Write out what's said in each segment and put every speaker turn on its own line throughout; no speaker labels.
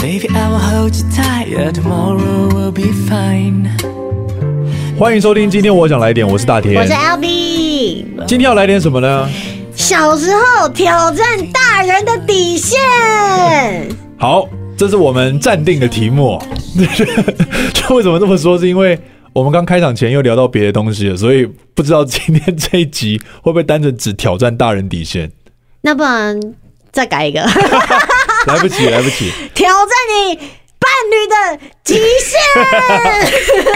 Maybe I will hold you tight, yeah, tomorrow will be fine.
欢迎收听，今天我想来点，我是大
我是
田。
L B。
今天要来点什么呢？
小时候挑战大人的底线，
好，这是我们暂定的题目。 这为什么这么说？是因为我们刚开场前又聊到别的东西了，所以不知道今天这一集会不会单纯只挑战大人底 线。
那不然再 改一个，
来不及，来不及。
挑战你伴侣的极 限，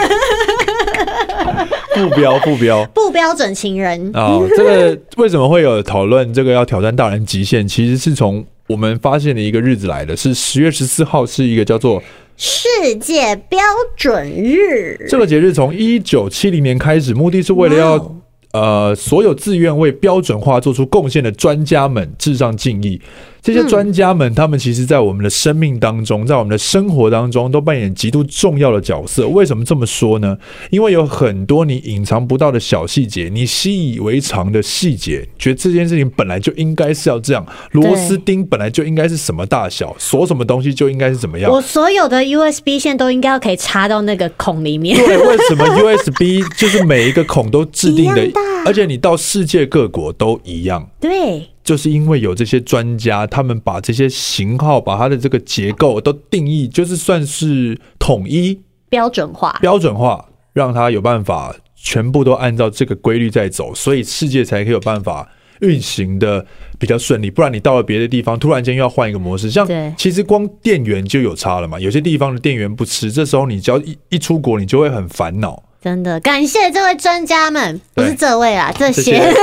不标，不标。
不标准情人。
哦，这个为什么会有讨论这个要挑战大人极限？其实是从我们发现的一个日子来的，是十月十四号，是一个叫做
世界标准日，
这个节日从一九七零年开始，目的是为了
哇哦
要。呃，所有自愿为标准化做出贡献的专家们致上敬意。这些专家们，他们其实，在我们的生命当中，在我们的生活当中，都扮演极度重要的角色。为什么这么说呢？因为有很多你隐藏不到的小细节，你习以为常的细节，觉得这件事情本来就应该是要这样，螺丝钉本来就应该是什么大小，锁什么东西就应该是怎么样。
我所有的 USB 线都应该要可以插到那个孔里面。
对，为什么 USB 就是每一个孔都制定的
一样大，
而且你到世界各国都一样，
对，
就是因为有这些专家，他们把这些型号、把它的这个结构都定义，就是算是统一
标准化。
标准化，让它有办法全部都按照这个规律在走，所以世界才可以有办法。运行的比较顺利，不然你到了别的地方，突然间又要换一个模式，像
对
其实光电源就有差了嘛。有些地方的电源不吃，这时候你只要一一出国，你就会很烦恼。
真的，感谢这位专家们，不
对
是这位啦，这
这
些
些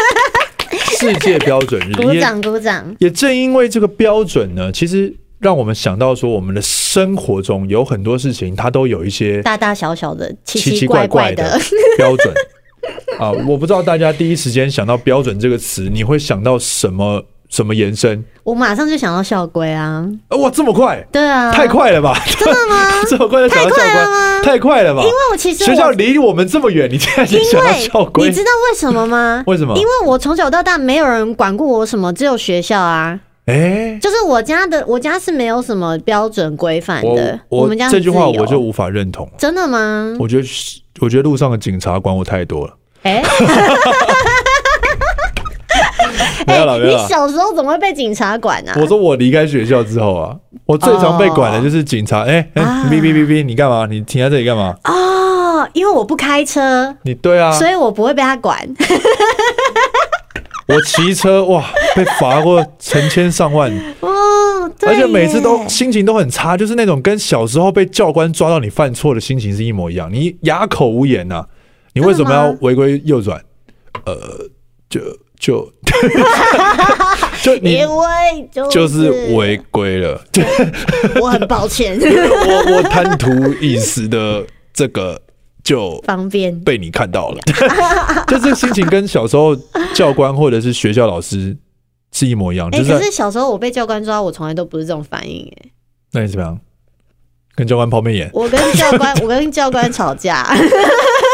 世界标准日
鼓
也
掌鼓掌。
也正因为这个标准呢，其实让我们想到说，我们的生活中有很多事情，它都有一些
大大小小的，奇
奇奇
奇
怪
怪
怪
怪
的
的，
标准啊。我不知道大家第一时间想到“标准”这个词，你会想到什么什么延伸？
我马上就想到校规啊，
啊哇，这么快！
对啊，
太，快了吧！真的吗？ 这么快就想到校
太快了
规
吗，
太快了吧
因！为我其实
学校
我
离我们这么远，你竟然
因
就想到校
为
规？
你？知道为什么吗
为什么
因为我从小到大没有人管过我什么，只有学校啊，
哎，
就是我家的，我家是没有什么标准规范
我
的，我们家很
这句话
自由
我就无法认同。
真的吗？
我觉得，我觉得路上的警察管我太多了。
哎
没有了，
哎
没有
你
了。
小时候怎么会被警察管啊？
我说我离开学校之后啊，我最常被管的就是警察。哎哎，
哦啊
哔哔哔哔，你干嘛？你停在这里干嘛？
哦，因为我不开车，
你对啊，
所以我不会被他管。
我骑车哇，被罚过成千上 万，
哦，对
而且每次都
耶
心情都很差，就是那种跟小时候被教官抓到你犯错的心情是一模一样，你哑口无言呐、你为什么要违规右转？呃，就 就就你
因为就
就是违规了，就
我很抱 歉，
我我贪图一时的这个就
方便。
被你看到 了，就这个心情跟小时候教官或者是学校老师是一模一样，
哎、
就是
可
在
是小时候我被教官抓，我从来都不是这种反应、 哎，
那你怎么样？跟教官抛媚眼，
我跟教官，我跟教官吵 架，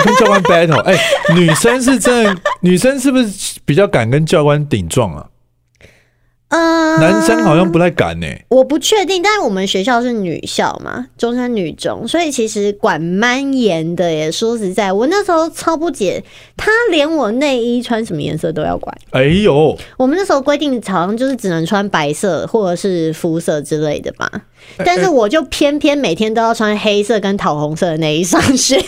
跟教官 battle，哎、 女生是真的，女生是不是比较敢跟教官顶撞啊？
嗯，
男生好像不太敢呢、
我不确定，但我们学校是女校嘛，中山女中，所以其实管蛮严的耶。说实在，我那时候超不解，他连我内衣穿什么颜色都要管。
哎呦，
我们那时候规定好像就是只能穿白色或者是肤色之类的吧，
哎
但是我就偏偏每天都要穿黑色跟桃红色的内衣上学。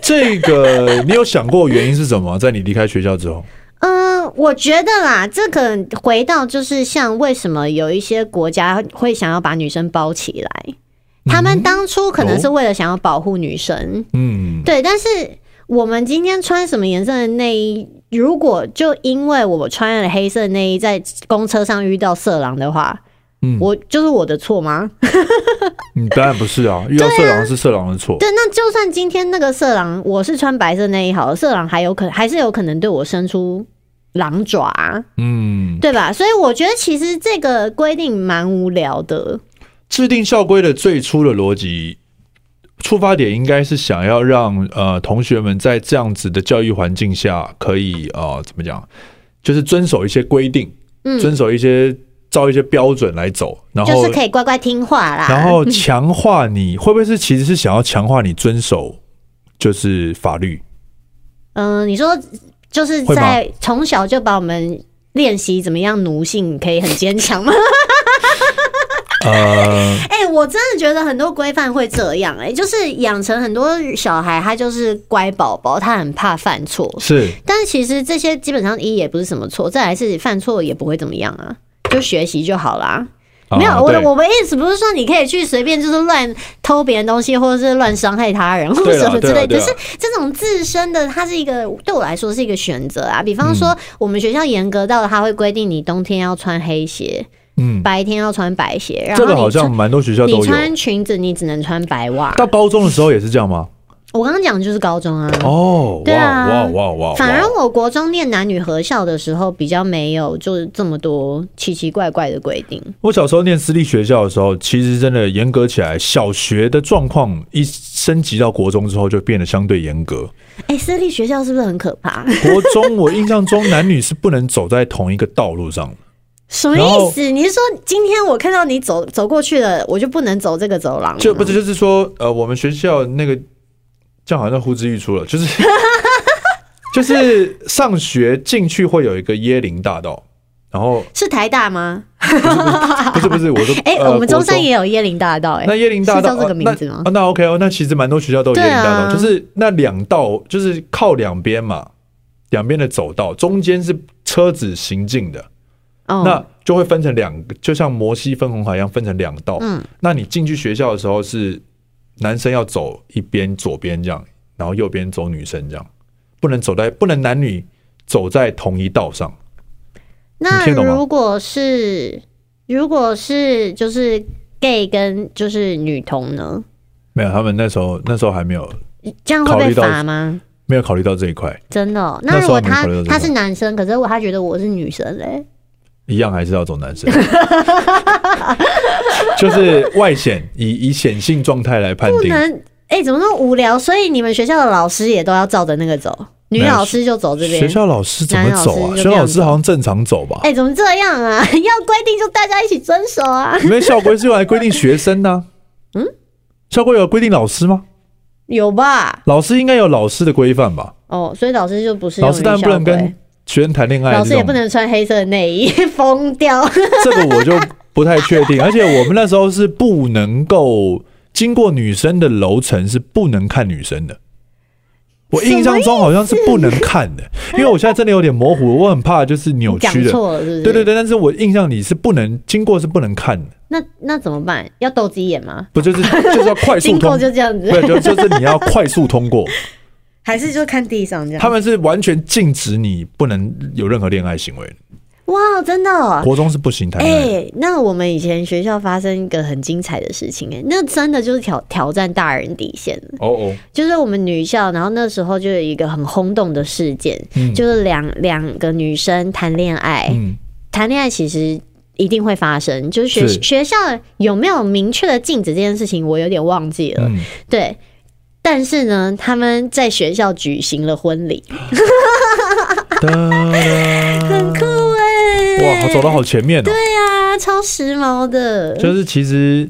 这个你有想过原因是什么？在你离开学校之后，
嗯，我觉得啦，这可能回到就是像为什么有一些国家会想要把女生包起来，他们当初可能是为了想要保护女生，
嗯，
对，但是我们今天穿什么颜色的内衣，如果就因为我穿了黑色内衣在公车上遇到色狼的话，
嗯
我就是我的错吗？
你当然不是啊，遇到色狼是色狼的错。
对，啊那就算今天那个色狼，我是穿白色内衣好了，色狼还有可还是有可能对我伸出狼爪啊、
嗯，
对吧？所以我觉得其实这个规定蛮无聊的，
制定校规的最初的逻辑出发点应该是想要让呃同学们在这样子的教育环境下可以呃怎么讲，就是遵守一些规定，
嗯
遵守一些照一些标准来走，然
就
后
是可以乖乖听话啦。
然 后强化你，会不会是其实是想要强化你遵守就是法律？
嗯、你说就是
会吗
在从小就把我们练习怎么样奴性可以很坚强吗？
呃，
哎、我真的觉得很多规范会这样、哎，就是养成很多小孩，他就是乖宝宝，他很怕犯错。
是
但其实这些基本上一也不是什么错，再来是犯错也不会怎么样啊，就学习就好啦。
啊
没有，我的
对
我们意思不是说你可以去随便就是乱偷别人东西，或者是乱伤害他人，或
对
者
啦
什么之类。
对啦
只
对啦
是这种自身的，它是一个对我来说是一个选择啊。比方说，我们学校严格到它会规定你冬天要穿黑鞋，
嗯，
白天要穿白鞋，然后
这个
你
好像
穿
蛮多学校
你
都有。
穿裙子你只能穿白袜。
到高中的时候也是这样吗？
我刚刚讲的就是高中啊。
哦，
对啊
哇哇哇哇！
反而我国中念男女合校的时候，比较没有就是这么多奇奇怪怪的规定。
我小时候念私立学校的时候，其实真的严格起来，小学的状况一升级到国中之后，就变得相对严格。
哎、私立学校是不是很可怕？
国中我印象中男女是不能走在同一个道路上的，
什么
然后
意思？你是说今天我看到你走走过去了，我就不能走这个走廊了吗？
就不是就是说，呃，我们学校那个这样好像呼之欲出了，就是 就是上学进去会有一个椰林大道，然后
是台大吗？
不是不是，我说
哎、
呃
我们中
国
山也有椰林大道、
那
哎，
椰林大
是
道
叫这个
哦
名字吗
那、哦那 OK 哦，那其实蛮多学校都有椰林大道，
对啊
就是那两道就是靠两边嘛，两边的走道中间是车子行进的，
哦
那，就会分成两个，就像摩西分红海一样分成两道。
嗯，
那你进去学校的时候是男生要走一边左边这样，然后右边走女生这样，不能走在不能男女走在同一道上。
那
你听得懂吗
如果是如果是就是 gay 跟就是女同呢，
没有，他们那时候那时候还没有
这样会
考
被
虑到
罚吗？
没有考虑到这一块，
真的哦、
那
那
时
如
候
果
还没
他
考虑到这个
他是男生，可是我他觉得我是女生哎嘞，
一样还是要走男生。 就是外显，以以显性状态来判
不
定。
能哎、怎么那么无聊？所以你们学校的老师也都要照着那个走，女
没有
老师就走这边
学。校老师怎么走啊？
男老师就
学
这样
校老师好像正常走吧？
哎、怎么这样啊？ 要规定就大家一起遵守啊。
因为校规是用来规定学生的、 嗯，校规有规定老师吗？
有吧？
老师应该有老师的规范吧？
哦，所以老师就不是
老师当然不能
用于校规
跟学生谈恋爱，
老师也
这种
不能穿黑色的内衣， 疯掉。
这个我就不太确定。而且我们那时候是不能够经过女生的楼层，是不能看女生的。我印象中好像是不能看的，因为我现在真的有点模糊，我很怕就是扭
讲
曲的。
错了是不是？
对对。对，但是我印象里是不能经过是不能看的，
那那怎么办？要斗鸡眼吗？
不就是就是要快速
经过
通，
就这样子，
对，就就是你要快速通 过。
还是就看地上这
他
样？
们是完全禁止你不能有任何恋爱行为的，
哇，真的、哦。
国中是不行谈
哎、
恋爱的。
那我们以前学校发生一个很精彩的事情、哎，那真的就是挑挑战大人底线了
哦哦，
就是我们女校，然后那时候就有一个很轰动的事件，
嗯
就是两两个女生谈恋爱，
嗯，
谈恋爱其实一定会发生，就是学
是
学校有没有明确的禁止这件事情，我有点忘记了。
嗯
对，但是呢，他们在学校举行了婚礼，
哒哒
很酷哎、
啊哇，走到好前面哦。
对啊，超时髦的。
就是其实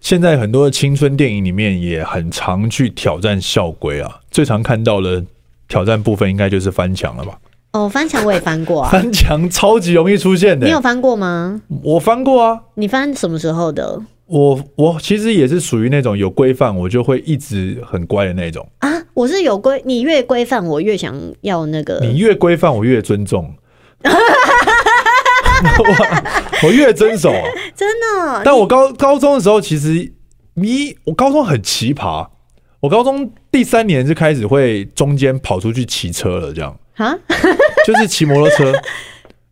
现在很多的青春电影里面也很常去挑战校规啊，最常看到的挑战部分应该就是翻墙了吧？
哦，翻墙我也翻过啊，
翻墙超级容易出现的
你，有翻过吗？
我翻过啊。
你翻什么时候的
我我其实也是属于那种有规范我就会一直很乖的那种，
啊？我是有规，你越规范我越想要那个。
你越规范我越尊重， 我我越遵守啊。
真的
但我高高中的时候，其实你我高中很奇葩，我高中第三年就开始会中间跑出去骑车了，这样
啊？
就是骑摩托 车，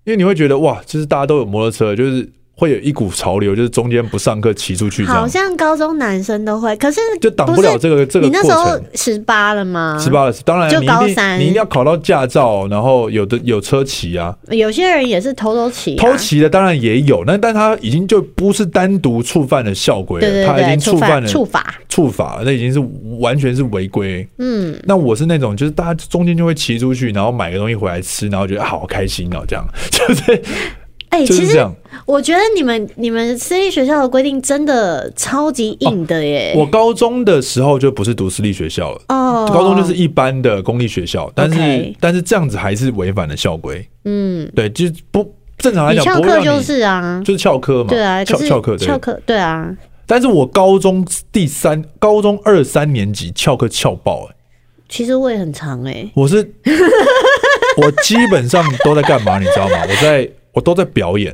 因为你会觉得哇，就是大家都有摩托车，就是会有一股潮流，就是中间不上课骑出去这
好
样，
像高中男生都会，可是
就挡
不
不
是
了这个这个
你那
过
时候
程。
十八了吗？
十。八了，当然
就
你
高
一定
三
你一定要考到驾照，然后有的有车骑啊，
有些人也是偷偷骑、啊，
偷骑的当然也有，那但他已经就不是单独触犯了校规了，
对对
他已
对，
经触犯了
触法，
触法了，那已经是完全是违规。
嗯，
那我是那种，就是大 家中间就会骑出去，然后买个东西回来吃，然后觉得啊好开心哦，这样就是
哎、
就
其
是这
实
样。
我觉得你们你们私立学校的规定真的超级硬的耶。
我高中的时候就不是读私立学校了。
哦，
高中就是一般的公立学校，但是
OK
但是这样子还是违反了校规。
嗯，
对，就是不正常来
你
讲，
翘
不会
课
让
就
你
是啊，
就是翘课嘛，
对啊，
翘
可是
翘课对。
翘课对啊，
但是我高中第三、高中二三年级翘课翘爆、欸，
其实我也很长哎。
我是 我基本上都在干嘛，你知道吗？我在我都在表演，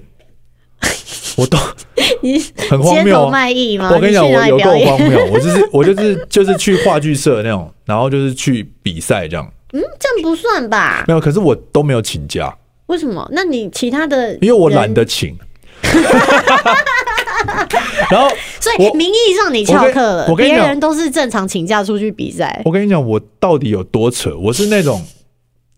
我都
你
很荒
街
谬
头
哦、
卖艺吗？
我跟
你
你讲，
去
我
哪里
有够
表演？
荒谬，我就是我就是就是去话剧社那种，然后就是去比赛这样，
这样不算吧？
没有，可是我都没有请假。
为什么？那你其他的人，
因为我懒得请。 然后
所以
我
名义上你翘课了，
我跟我跟你
别
讲
人都是正常请假出去比赛。
我跟你讲，我到底有多扯？我是那种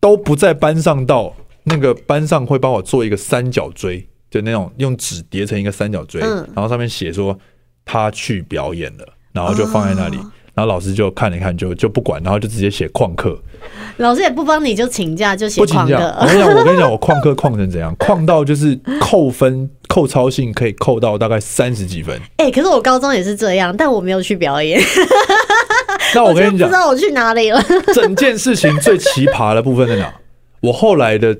都不在班上到那个班上会帮我做一个三角锥，就那种用纸叠成一个三角锥，
嗯
然后上面写说他去表演了，然后就放在那里。
哦
然后老师就看了一看就，就不管，然后就直接写旷课，
老师也不帮你就请假，就写
不请
旷
假。我
课。
跟你讲，我跟你讲，我旷课旷成怎样？旷到就是扣分、扣操性可以扣到大概三十几 分。
哎、可是我高中也是这样，但我没有去表演，
那我
我
跟
真
你
不
讲
知，道我去哪里了。
整件事情最奇葩的部分在哪？我后来的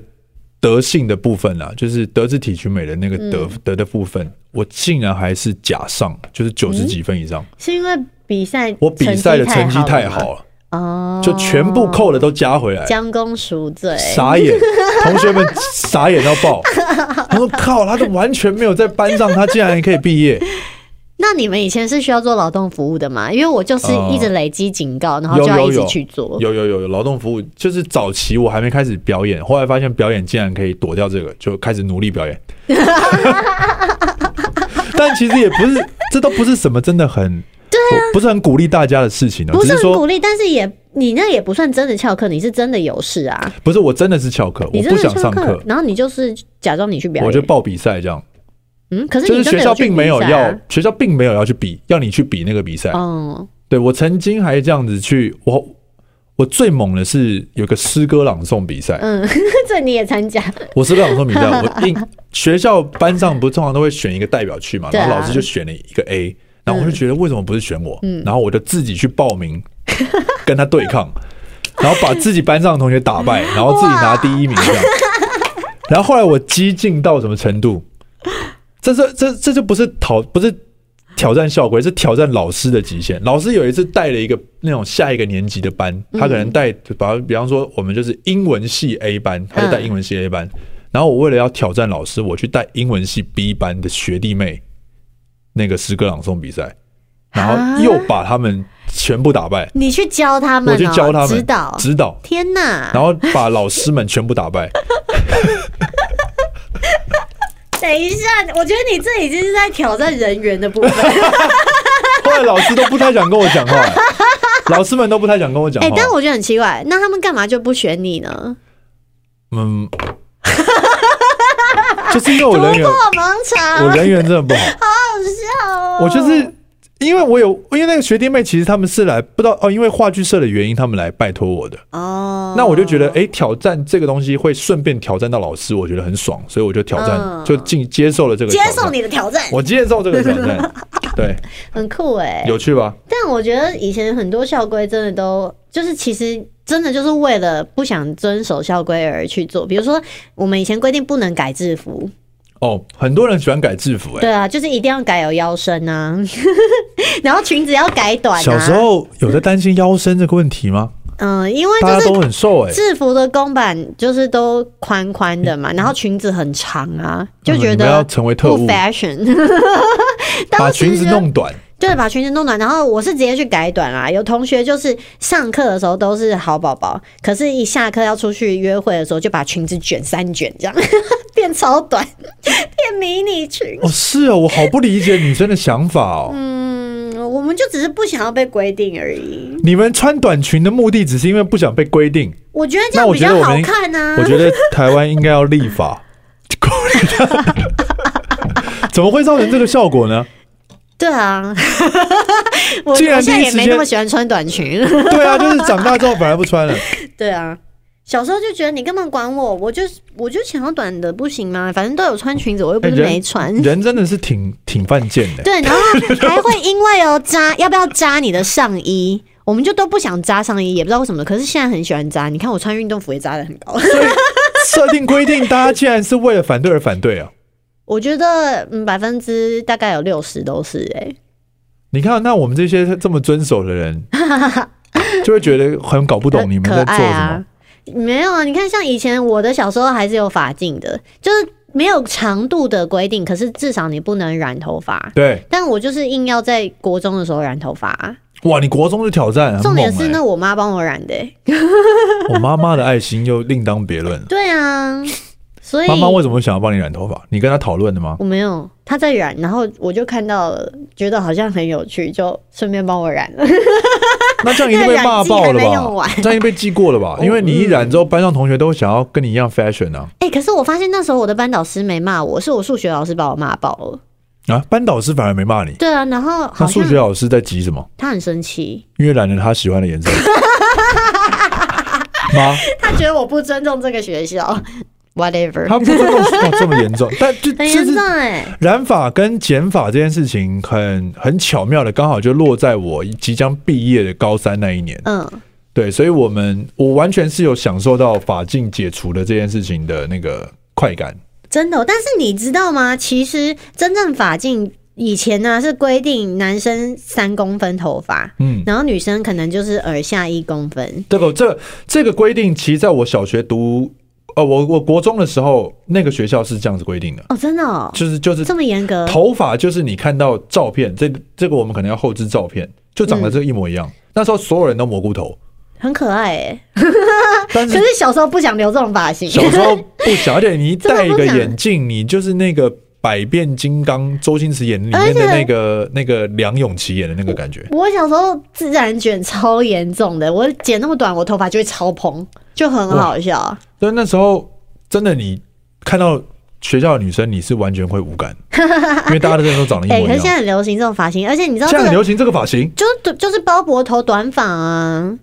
德性的部分啊，就是德智体群美的那个德、德的部分，我竟然还是假上，就是九十几分以上。
是因为比赛
我比赛的嗯成绩太
了
好了，哦
吗哦，
就全部扣了都加回来，
将功赎罪。
傻眼，同学们傻眼到 爆。他说：“靠，他都完全没有在班上，他竟然还可以毕业。
那你们以前是需要做劳动服务的吗？因为我就是一直累积警告，然后
呃有
就要
有
一直
有
去做。”
有有有有劳动服务，就是早期我还没开始表演，后来发现表演竟然可以躲掉这个，就开始努力表 演。但其实也不是，这都不是什么真的很，对、不是很鼓励大家的事情哦、
啊不
只
是
是
很鼓
说，
励，但是也你那也不算真的翘课，你是真的有事啊，
不是我真的是翘课，
你
我
真
不
的
想
翘
上
课
课，，
然后你就是假装你去表演，
我就报比赛这样。
嗯，可是
就
你
是
真
学
的
校
去
并没有
比赛
要
啊，，
学校并没有要去比，要你去比那个比赛。
嗯，
对我曾经还这样子去，我我最猛的是有个诗歌朗诵比赛，
这你也参加，
我是不想说名 校，我应学校班上不是通常都会选一个代表去嘛，
对啊嗯
然后老师就选了一个 A，然后我就觉得为什么不是选我？然后我就自己去报名跟他对抗，然后把自己班上的同学打败，然后自己拿第一名这样。然后后来我激进到什么程度？这这这这就不是讨不是挑战校规，是挑战老师的极限。老师有一次带了一个那种下一个年级的班，他可能带，比方比方说我们就是英文系 A 班，他就带英文系 A 班。然后我为了要挑战老师，我去带英文系 B 班的学弟妹那个诗歌朗诵比赛，然后又把他们全部打败。
你去教他们、哦，
我去教他们
指导，
指导，
天哪！
然后把老师们全部打败。
等一下，我觉得你这已经是在挑战人员的部分。
后来老师都不太想跟我讲话，老师们都不太想跟我讲
哎、
话。
但我觉得很奇怪，那他们干嘛就不选你呢？
嗯， 就是因为我
突破
人缘，
盲肠，
我人缘真的不好。
好笑哦
我就是因为我有，因为那个学弟妹其实他们是来不知道哦，因为话剧社的原因，他们来拜托我的。
哦，
那我就觉得，哎、挑战这个东西会顺便挑战到老师，我觉得很爽，所以我就挑战，
嗯
就进接受了这个
接
挑战。
受你的挑战，
我接受这个挑 战，对，
很酷哎、
有趣吧？
但我觉得以前很多校规真的都就是其实。真的就是为了不想遵守校规而去做，比如说我们以前规定不能改制服，
哦，很多人喜欢改制服、哎。
对啊，就是一定要改有腰身啊， 然后裙子要改短啊。
小时，候有在担心腰身这个问题吗？
嗯，因为就
大
是
家都很瘦哎、
制服的公版就是都宽宽的嘛，然后裙子很长啊，就觉
嗯你们要
得
成为特
不
务，
fashion。
把
当
裙
时
子
就
弄短，
对，把裙子弄短，然后我是直接去改短啦。有同学就是上课的时候都是好宝宝，可是一下课要出去约会的时候，就把裙子卷三卷，这样 变超短， 变迷你裙。
哦，是哦，我好不理解女生的想法哦。
嗯，我们就只是不想要被规定而已。
你们穿短裙的目的只是因为不想被规定。
我觉得这
那
样
我
比
觉得
较
我
好
们
看啊。
我觉得台湾应该要立法， 鼓励他怎么会造成这个效果呢？
对啊， 我我
既然
现在
第一
也
时
没那
间
么喜欢穿短裙。
对啊，就是长大之后本来不穿了。
对啊，小时候就觉得你根本管我，我就我就想要短的不行吗？反正都有穿裙子，我又不
哎
是
人
没穿。
人真的是挺挺犯贱的。
对，然后还会因为哦扎要不要扎你的上衣，我们就都不想扎上衣，也不知道为什么。可是现在很喜欢扎，你看我穿运动服也扎的很高。
所以设定规定，大家竟然是为了反对而反对啊！
我觉得嗯百分之大概有六十都是哎、
你看，那我们这些这么遵守的人，就会觉得很搞不哦懂你们
可
在做
爱
什么
啊。。没有啊，你看像以前我的小时候还是有发镜的，就是没有长度的规定，可是至少你不能染头发。
对，
但我就是硬要在国中的时候染头发啊，
哇，你国中就挑战，很
重点
猛
是
欸
那我妈帮我染的欸、
我妈妈的爱心又另当别论了。
对啊，所以
妈妈为什么想要帮你染头发？你跟她讨论的 吗？
我没有，她在染，然后我就看到了，觉得好像很有趣，就顺便帮我染了。
那这样一定被骂爆
那染剂还没
了
用
吧
完？
这样一定被记过了吧？ 因为你一染之后，班上同学都想要跟你一样 fashion 啊
哎、可是我发现那时候我的班导师没骂我，是我数学老师把我骂爆了。
啊！班导师反而没骂你，
对啊，然后好
那数
像
学老师在急什么？
他很生气，
因为染了他喜欢的颜色。 妈，
他觉得我不尊重这个学校，whatever，
他不这么说这么严重，但就
很
就是
严重哎、
染发跟剪发这件事情很很巧妙的，刚好就落在我即将毕业的高三那一年。
嗯，
对，所以我们我完全是有享受到法禁解除的这件事情的那个快感。
真的哦、但是你知道吗？其实真正法禁以前呢、是规定男生三公分头发，
嗯，
然后女生可能就是耳下一公分。
这个这这个规定，其实在我小学读，呃，我我国中的时候，那个学校是这样子规定的，
哦，真的哦，
就是就是
这么严格。
头发就是你看到照片，这个这个我们可能要后置照片，就长
嗯
得这一模一样。那时候所有人都蘑菇头，
很可爱哎、
但
可
是
是小时候不想留这种发型，
小时候不小，而且 你一
真的
戴一
不
个
想
眼镜，你就是那个百变金刚周星驰演里面的
而且
那个那个梁咏琪演的那个感觉。
我小时候自然卷超严重的，我剪那么短，我头发就会超蓬，就很好笑。
所以那时候真的你看到学校的女生，你是完全会无 感，因为大家的真的都长得一
哎、
模
可
一
是现
样。
在很流行这种发型，而且你知道
哦现
这
在很
个
流行这个发型，
就是就是包脖头短发啊。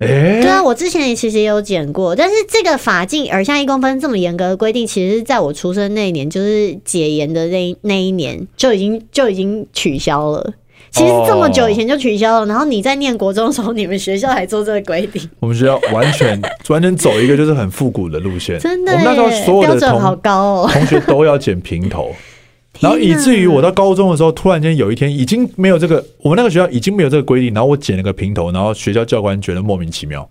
哎、
对啊，我之前也其实也有剪过，但是这个发镜耳下一公分这么严格的规定，其实是在我出生那一年，就是解严的那一那一年就已经就已经取消了。其实这么久以前就取消
哦
了，然后你在念国中的时候，你们学校还做这个规 定，
我们学校完全 完全走一个就是很复古的路线。
真的
我们那时候
耶
所有
标
的
准好
同。
高哦
同学都要剪平 头，然后以至于我到高中的时候，突然间有一天已经没有这个，我们那个学校已经没有这个规定，然后我剪了个平头，然后学校教官觉得莫名其妙，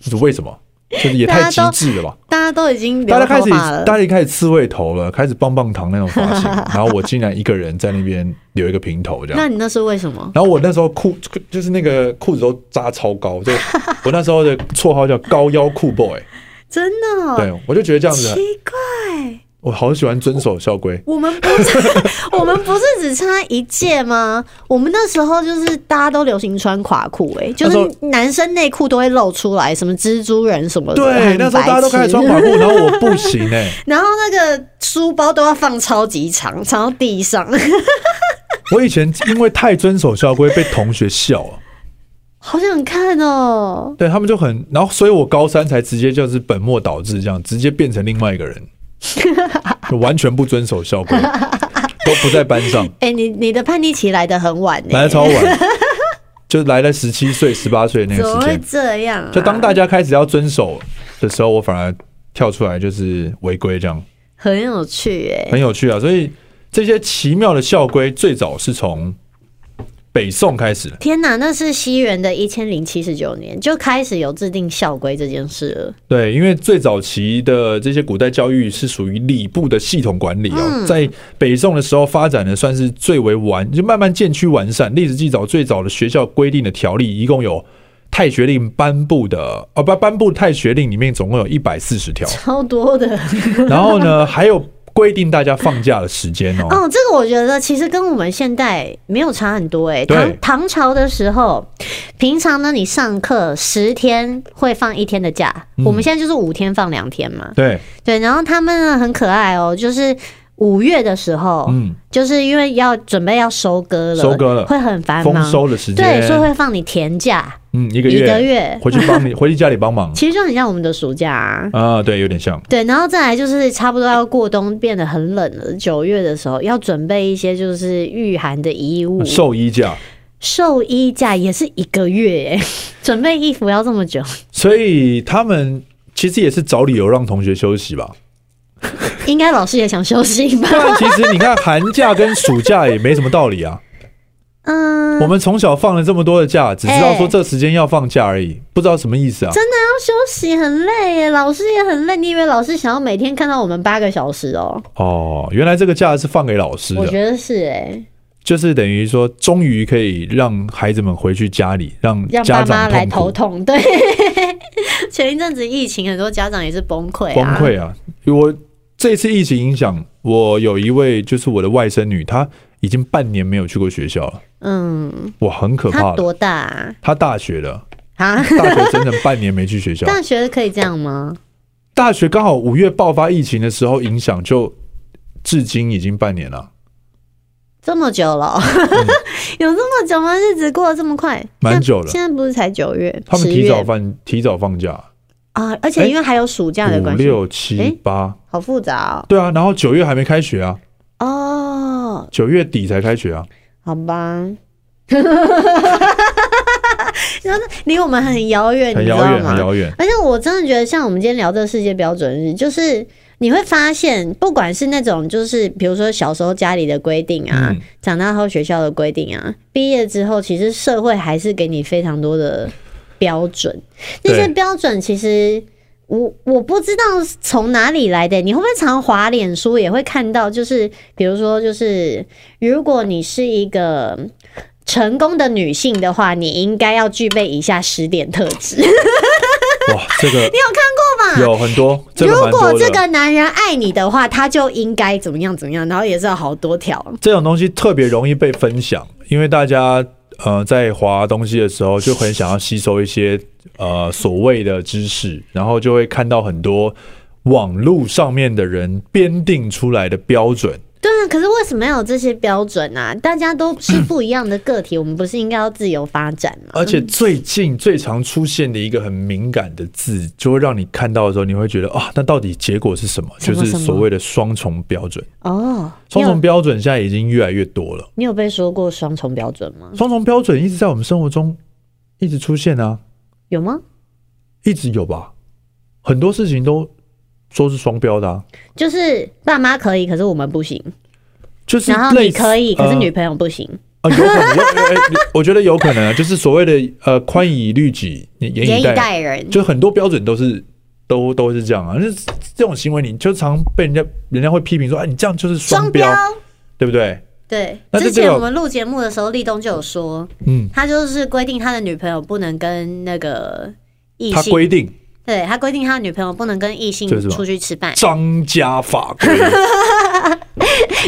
就是为什么？就是也太
大
极
啊家都
致了吧！
大家都已经留
大家开
头
始
发了，
大家一开始刺猬头了，开始棒棒糖那种发 型，然后我竟然一个人在那边留一个平头这样
那。你那是为什么？
然后我那时候裤就是那个裤子都扎超高， 就我那时候的绰号叫高腰裤 boy，
真的哦、
对我就觉得这样子
奇，怪，
我好喜欢遵守校规。
我们不是 我们不是只差一届吗？我们那时候就是大家都流行穿垮裤，哎，就
那时候
是男生内裤都会露出来，什么蜘蛛人什么的，
对，
很
那时候
白
大家都开始
痴
穿垮，裤，然后我不行哎、
然后那个书包都要放超级长，长到地上，
我以前因为太遵守校规被同学笑啊，
好想看哦。
对他们就很，然后所以我高三才直接就是本末倒置，这样直接变成另外一个 人，就完全不遵守校规，都不在班 上，
哎、你你的叛逆期来的很晚欸呢、
来的超晚，就来了十七岁、十八岁那
怎
个
么
时
会
间。
这样、啊？
就当大家开始要遵守的时候，我反而跳出来就是违规，这样
很有趣哎、
很有趣啊。所以这些奇妙的校规最早是从北宋开始的。
天哪，那是西元的一千零七十九年就开始有制定校规这件事了。
对，因为最早期的这些古代教育是属于礼部的系统管理哦，
嗯
在北宋的时候发展的算是最为完，就慢慢渐趋完善。历史记载最早的学校规定的条例一共有。太学令颁布的，哦不，颁布太学令里面总共有一百四 十条，
超多的
然后呢，还有规定大家放假的时间哦。
哦，这个我觉得其实跟我们现代没有差很多哎、
对
唐唐朝的时候，平常呢你上课十天会放一天的
嗯
假，我们现在就是五天放两天嘛。
对，
对，然后他们呢很可爱哦，就是。五月的时候，
嗯，
就是因为要准备要收割了，
收割了
会很繁
丰
忙，
收的时间，
对，所以会放你田假，
嗯一个
一
月
个月，
回去帮 你回去家里帮忙
其实就很像我们的暑假啊。
啊，对，有点像，
对，然后再来就是差不多要过冬，变得很冷了。九月的时候要准备一些就是御寒的衣物，
寿衣架。
寿衣架也是一个月耶， 准备衣服要这么久，
所以他们其实也是找理由让同学休息吧。
应该老师也想休息吧
不？然其实你看，寒假跟暑假也没什么道理啊。
嗯，哎
我们从小放了这么多的假，只知道说这时间要放假而已，不知道什么意思啊。
要休息很累耶，老师也很累。你以为老师想要每天看到我们八个小时哦？
哦，原来这个假是放给老师
我
的，
觉得是哎，
就是等于说，终于可以让孩子们回去家里，让
让
家
爸妈
长
来
痛
头
苦
痛。对， 前一阵子疫情，很多家长也是崩溃、啊，
崩溃啊！我这次疫情影响，我有一位就是我的外甥女，她已经半年没有去过学校了，
嗯，
哇，很可
他
怕的。
多大啊？
她大学了，
啊
大学整整半年没去学校。
大学可以这样吗？
大学刚好五月爆发疫情的时候，影响就至今已经半年了，
这么久了哦、有这么久吗？日子过得这么快，
蛮久了
现在现在不是才九月，
他们
10
提早
月
放提早放假，
啊，而且因为还有暑假的
五
关系，
六
哎
七八，
好复杂
对啊，然后九月还没开学啊，
哦。哦，
九月底才开学啊，
好吧。然后离我们很遥远，
很
你知
遥
道
远，很
吗？
遥远。
而且我真的觉得，像我们今天聊这个世界标准日，就是你会发现，不管是那种就是比如说小时候家里的规定啊，
嗯
长大后学校的规定啊，毕业之后其实社会还是给你非常多的标准，那
对
些标准其实。我我不知道从哪里来的，你会不会常滑脸书也会看到？就是比如说，就是如果你是一个成功的女性的话，你应该要具备以下十点特质。
哇， 这个你有看过吗？有很多，这个
如
蛮多
果
的。
这个男人爱你的话，他就应该怎么样怎么样，然后也是有好多条。
这种东西特别容易被分享，因为大家呃在划东西的时候就很想要吸收一些呃所谓的知识，然后就会看到很多网络上面的人编定出来的标准。
对啊，可是为什么要有这些标准啊？大家都是不一样的个体，我们不是应该要自由发展吗？
而且最近最常出现的一个很敏感的字，就会让你看到的时候，你会觉得啊，那到底结果是什么？
什么
就是
什么
所谓的双重标准。
哦，你
双重
有
标准现在已经越来越多了，
你有被说过双重标准吗？
双重标准一直在我们生活中一直出现啊。
有吗？
一直有吧，很多事情都说是双标的、啊，
就是爸妈可以，可是我们不行。
就是
然后
类
你
似
可以，可是女
呃
朋友不行。
啊有可能，有 呃呃我觉得有可能啊，就是所谓的呃宽以律己，严
严
以
以
待人，
待人，
就很多标准都是都都是这样啊。那这种行为，你就常被人家人家会批评说，哎，你这样就是双标，对不对？
对，
那
之
这这
前
个
我们录节目的时候，立冬就有说，
嗯，
他就是规定他的女朋友不能跟那个异
他
性
规 定
对他规定他的女朋友不能跟异性
这是什么
出去吃饭，
张家法规，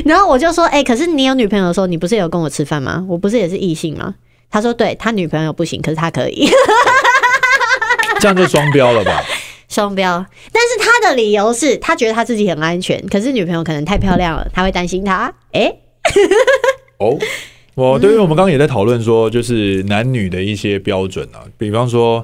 然后我就说，哎、可是你有女朋友的时候，你不是有跟我吃饭吗？我不是也是异性吗？他说，对他女朋友不行，可是他可以
这样就双标了吧？
双标，但是他的理由是他觉得他自己很安全，可是女朋友可能太漂亮了，他会担心他，哎、
哦，我
嗯
对于我们刚刚也在讨论说，就是男女的一些标准啊，比方说，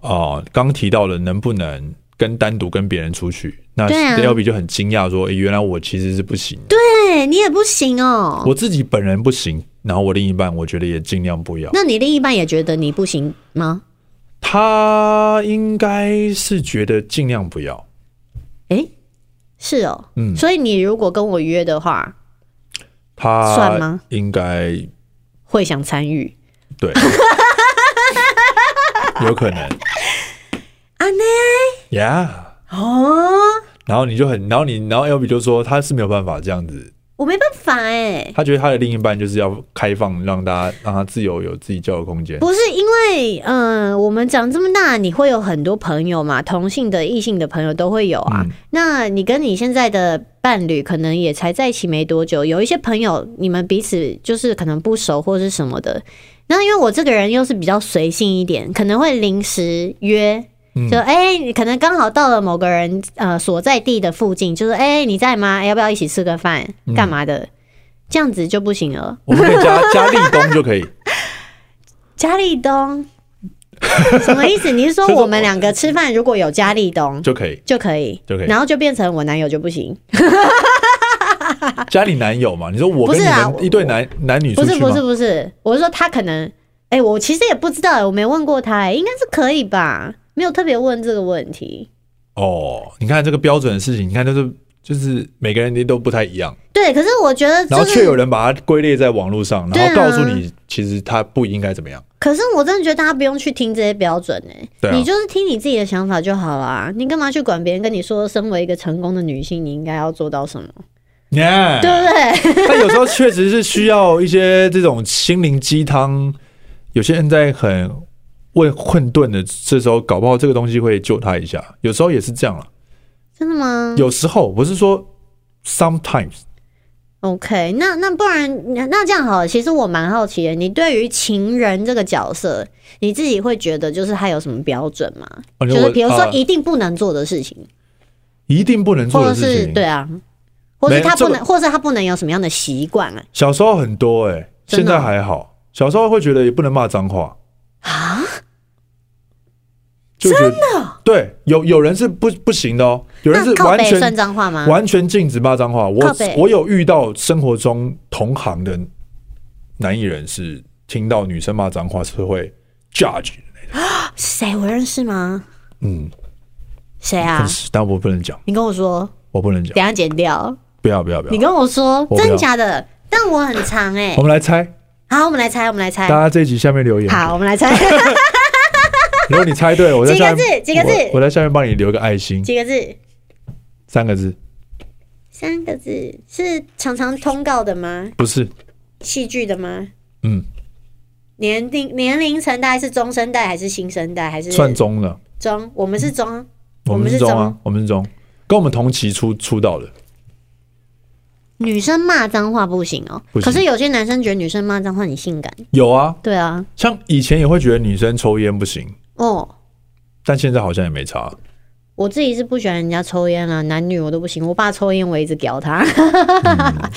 哦、刚提到了能不能跟单独跟别人出去，那
对啊
d e l b y 就很惊讶说、诶原来我其实是不行的，
对啊哎你也不行哦、
我自己本人不行，然后我另一半我觉得也尽量不要。
那你另一半也觉得你不行吗？
他应该是觉得尽量不要，
哎、是哦、
嗯
所以你如果跟我约的话，算
他
吗
应该
会想参与。
对，有可能
啊呢？
，Yeah。
哦，
然后你就很，然后你，然后 L B 就说他是没有办法这样子，
我没办法哎、
他觉得他的另一半就是要开放，让大家让他自由有自己交友空间。
不是因为，嗯、我们长这么大，你会有很多朋友嘛，同性的、异性的朋友都会有啊。
嗯
那你跟你现在的伴侣可能也才在一起没多久，有一些朋友你们彼此就是可能不熟或是什么的。那因为我这个人又是比较随性一点，可能会临时约，就哎、你可能刚好到了某个人呃所在地的附近，就是哎、你在吗？要不要一起吃个饭？干嘛的？这样子就不行了。
我们可以加 加立冬就可以，
嘉 立东什么意思？你是说我们两个吃饭如果有嘉立东
就可以
就可以，
就可以
然后就变成我男友就不行？
家里男友嘛？你说我跟
不
你
是啊
们
我
一对男男女出
不是
去
不是
吗？
不是，我是说他可能，哎、我其实也不知道、我没问过他、哎应该是可以吧？没有特别问这个问题。
哦，你看这个标准的事情，你看就是就是每个人都不太一样，
对，可是我觉得、就是，
然后却有人把它归类在网络上，
对
然后
啊
告诉你其实他不应该怎么样。
可是我真的觉得大家不用去听这些标准哎、
对啊
你就是听你自己的想法就好啦。你干嘛去管别人跟你说，身为一个成功的女性，你应该要做到什么，
Yeah，
对不对？
但有时候确实是需要一些这种心灵鸡汤，有些人在很问困顿的这时候，搞不好这个东西会救他一下。有时候也是这样了，啊
真的吗
有时候不是说 sometimes，
？OK，那那不然那那这样好了，其实我蛮好奇的，你对于情人这个角色，你自己会觉得就是他有什么标准吗？
哦你说
就是
我
比如说
呃
一定不能做的事情，
一定不能做
或
的
者
事
是
情。
对啊，或是
没
他
这
不
个
能，或是他不能有什么样的习惯啊？
小时候很多哎、
真
现
的哦
在还好。小时候会觉得也不能骂脏话啊，就真的对，有有人是不不行的哦，有人
那
是
靠
完
北
全
算脏话吗？
完全禁止骂脏话。
靠
我
北
我有遇到生活中同行的男艺人是听到女生骂脏话是会 judge 的那种，
谁我认识吗？
嗯，
谁
但
啊？
是但我不能讲，
你跟我说，
我不能讲
等，一下剪掉。
不要不要不
你
要。
跟我说，
啊不要
真假的？但我很长哎、
我们来猜，
好，我们来猜，我们来猜
大。家这一集下面留言。
哎好，我们来猜
如果你猜对了，我在
几个
下面
字几个字
我我在下面帮你留个爱心，
几个字？
三个字，
三个字是常常通告的吗？
不是，
戏剧的吗？
嗯，
年龄年龄层大概是中生代还是新生代还是
算中了，
中？我们是中，
我
们
们
是
是中啊，我们是中，跟我们同期出出道的，
女生骂脏话不行哦、
不行
可是有些男生觉得女生骂脏话很性感。
有啊，
对啊，
像以前也会觉得女生抽烟不行，
哦，
但现在好像也没差。
我自己是不喜欢人家抽烟啊，男女我都不行。我爸抽烟，我一直 屌他，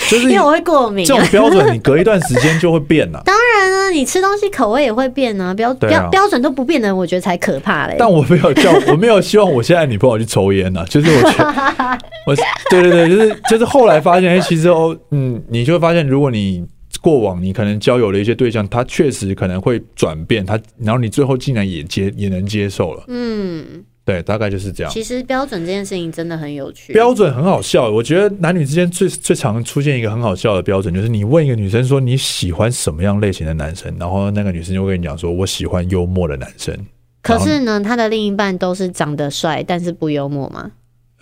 就是
因为我会过敏、
这种
啊。
标准，你隔一段时间就会变了。
当然啊，你吃东西口味也会变啊，标
对
标、
啊
标准都不变的，我觉得才可怕嘞。
但我没有叫， 我没有希望我现在女朋友去抽烟呐、就是我觉得，我对对对，就是就是后来发现，哎、其实哦，嗯，你就会发现，如果你过往你可能交友的一些对象，他确实可能会转变，他然后你最后竟然也接也能接受了，
嗯，
对，大概就是这样。
其实标准这件事情真的很有趣。
标准很好笑，我觉得男女之间最最常出现一个很好笑的标准，就是你问一个女生说你喜欢什么样类型的男生，然后那个女生就会跟你讲说我喜欢幽默的男生。
可是呢，他的另一半都是长得帅，但是不幽默嘛，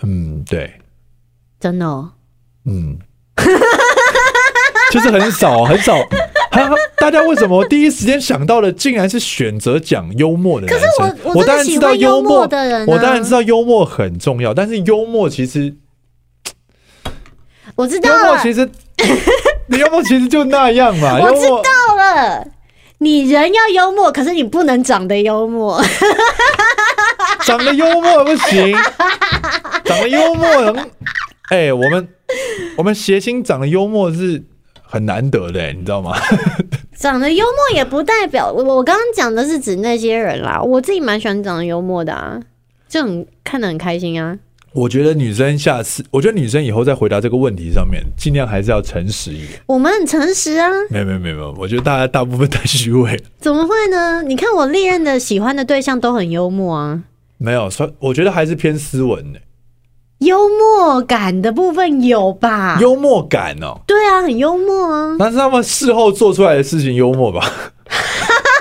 嗯，对，
真的、哦。
嗯，就是很少很少，哈哈大家为什么第一时间想到的竟然是选择讲幽默的男生？
可是我我真的
当然知道
喜欢幽
幽
默的人啊
我当然知道幽默很重要，但是幽默其 实
我知道啊
幽默
了，
其实你幽默其实就那样嘛，
我
幽
知
默。
道了。你人要幽默，可是你不能长得幽默。
长得幽默不行，长得幽默很，哎、我们我们谐星长得幽默是很难得的、你知道吗？
长得幽默也不代表我我刚刚讲的是指那些人啦，我自己蛮喜欢长得幽默的啊，就很看得很开心啊。
我觉得女生下次，我觉得女生以后在回答这个问题上面，尽量还是要诚实一点。
我们很诚实啊，
没有没有没有没有，我觉得大家大部分太虚伪 了。
怎么会呢？你看我历任的喜欢的对象都很幽默啊，
没有，所以我觉得还是偏斯文欸的、
幽默感的部分有吧？
幽默感哦。
对啊，很幽默啊。
但是他们事后做出来的事情幽默吧？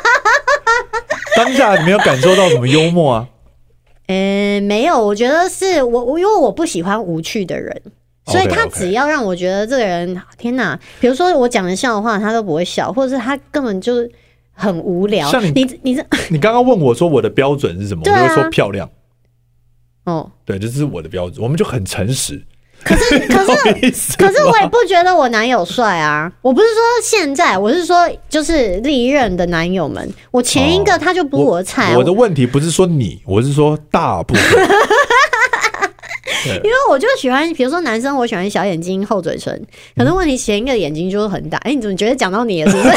当下没有感受到什么幽默啊？
嗯，没有，我觉得是我我因为我不喜欢无趣的人，所以
OK，OK
他只要让我觉得这个人天哪，比如说我讲的笑话他都不会笑，或者是他根本就很无聊。
像你
你你这
你刚刚问我说我的标准是什么，
对啊
我就说漂亮。
哦，
对，这是我的标准，我们就很诚实。
可是可 是
意思
可是我也不觉得我男友帅啊！我不是说现在，我是说就是历任的男友们，我前一个他就不是我的菜、啊
哦我的问题不是说你，我是说大 部分。
因为我就喜欢，比如说男生我喜欢小眼睛、厚嘴唇，可
嗯
是问题前一个眼睛就是很大。哎、你怎么觉得讲到你了？是不是？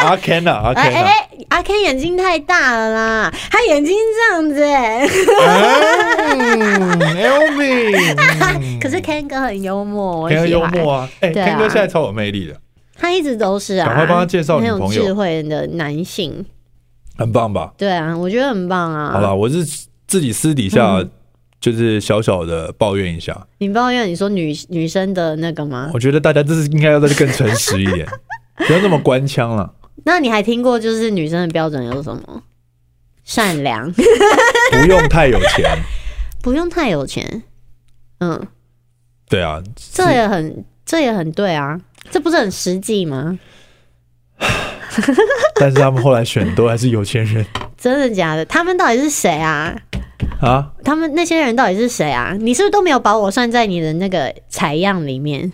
阿 Ken 啊，阿
哎
Ken
哎
啊，
哎，阿 Ken 眼睛太大了啦，他眼睛这样子、哎
嗯 Elvin，
可是 Ken 哥很幽默，我喜
嗯 Ken
欢
哥幽默啊，哎
对啊
，Ken 哥现在超有魅力的，
他一直都是啊，
赶快帮他介绍
很
女朋
有
友
智慧的男性。
很棒吧？
对啊，我觉得很棒啊。
好了，，我是自己私底下
嗯
就是小小的抱怨一下，
你抱怨你说女女生的那个吗？
我觉得大家这是应该要再更诚实一点，不要那么官腔了。
那你还听过就是女生的标准有什么？善良，
不用太有钱。
不用太有钱。嗯，
对啊，
这也很这也很对啊，这不是很实际吗？
但是他们后来选都还是有钱人
真的假的？他们到底是谁啊？
啊。
他们那些人到底是谁啊？你是不是都没有把我算在你的那个采样里面？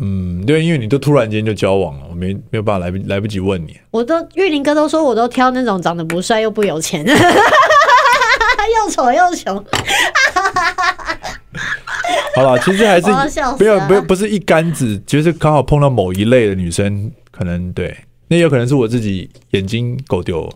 嗯，对，因为你都突然间就交往了，我没没有办法来不来不及问你。
我都玉林哥都说我都挑那种长得不帅又不有钱， 又丑又穷。
好 了，其实还是
我要笑死
没有
了
没有不是一竿子，就是刚好碰到某一类的女生，可能对，那有可能是我自己眼睛狗丢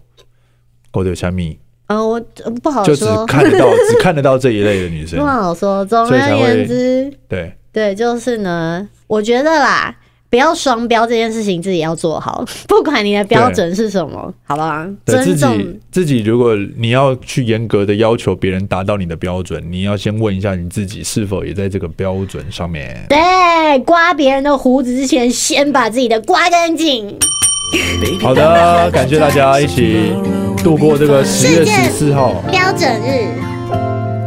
狗丢虾米，
嗯，我呃不好
就只
说，
看得到只看得到这一类的女
不
生。
好说。总
所以才
而
会
言之，
对，
对，就是呢，我觉得啦，不要双标这件事情自己要做好， 不管你的标准是什么，好不好？
对自
尊
己
重，
自己，如果你要去严格的要求别人达到你的标准，你要先问一下你自己是否也在这个标准上面。
对，刮别人的胡子之前，先把自己的刮干净。
好的，感谢大家一起度过这个十月十四号，
标准日，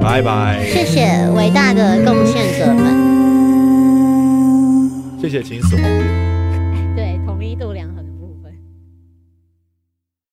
拜拜，
谢谢伟大的贡献者们。
谢谢秦始皇。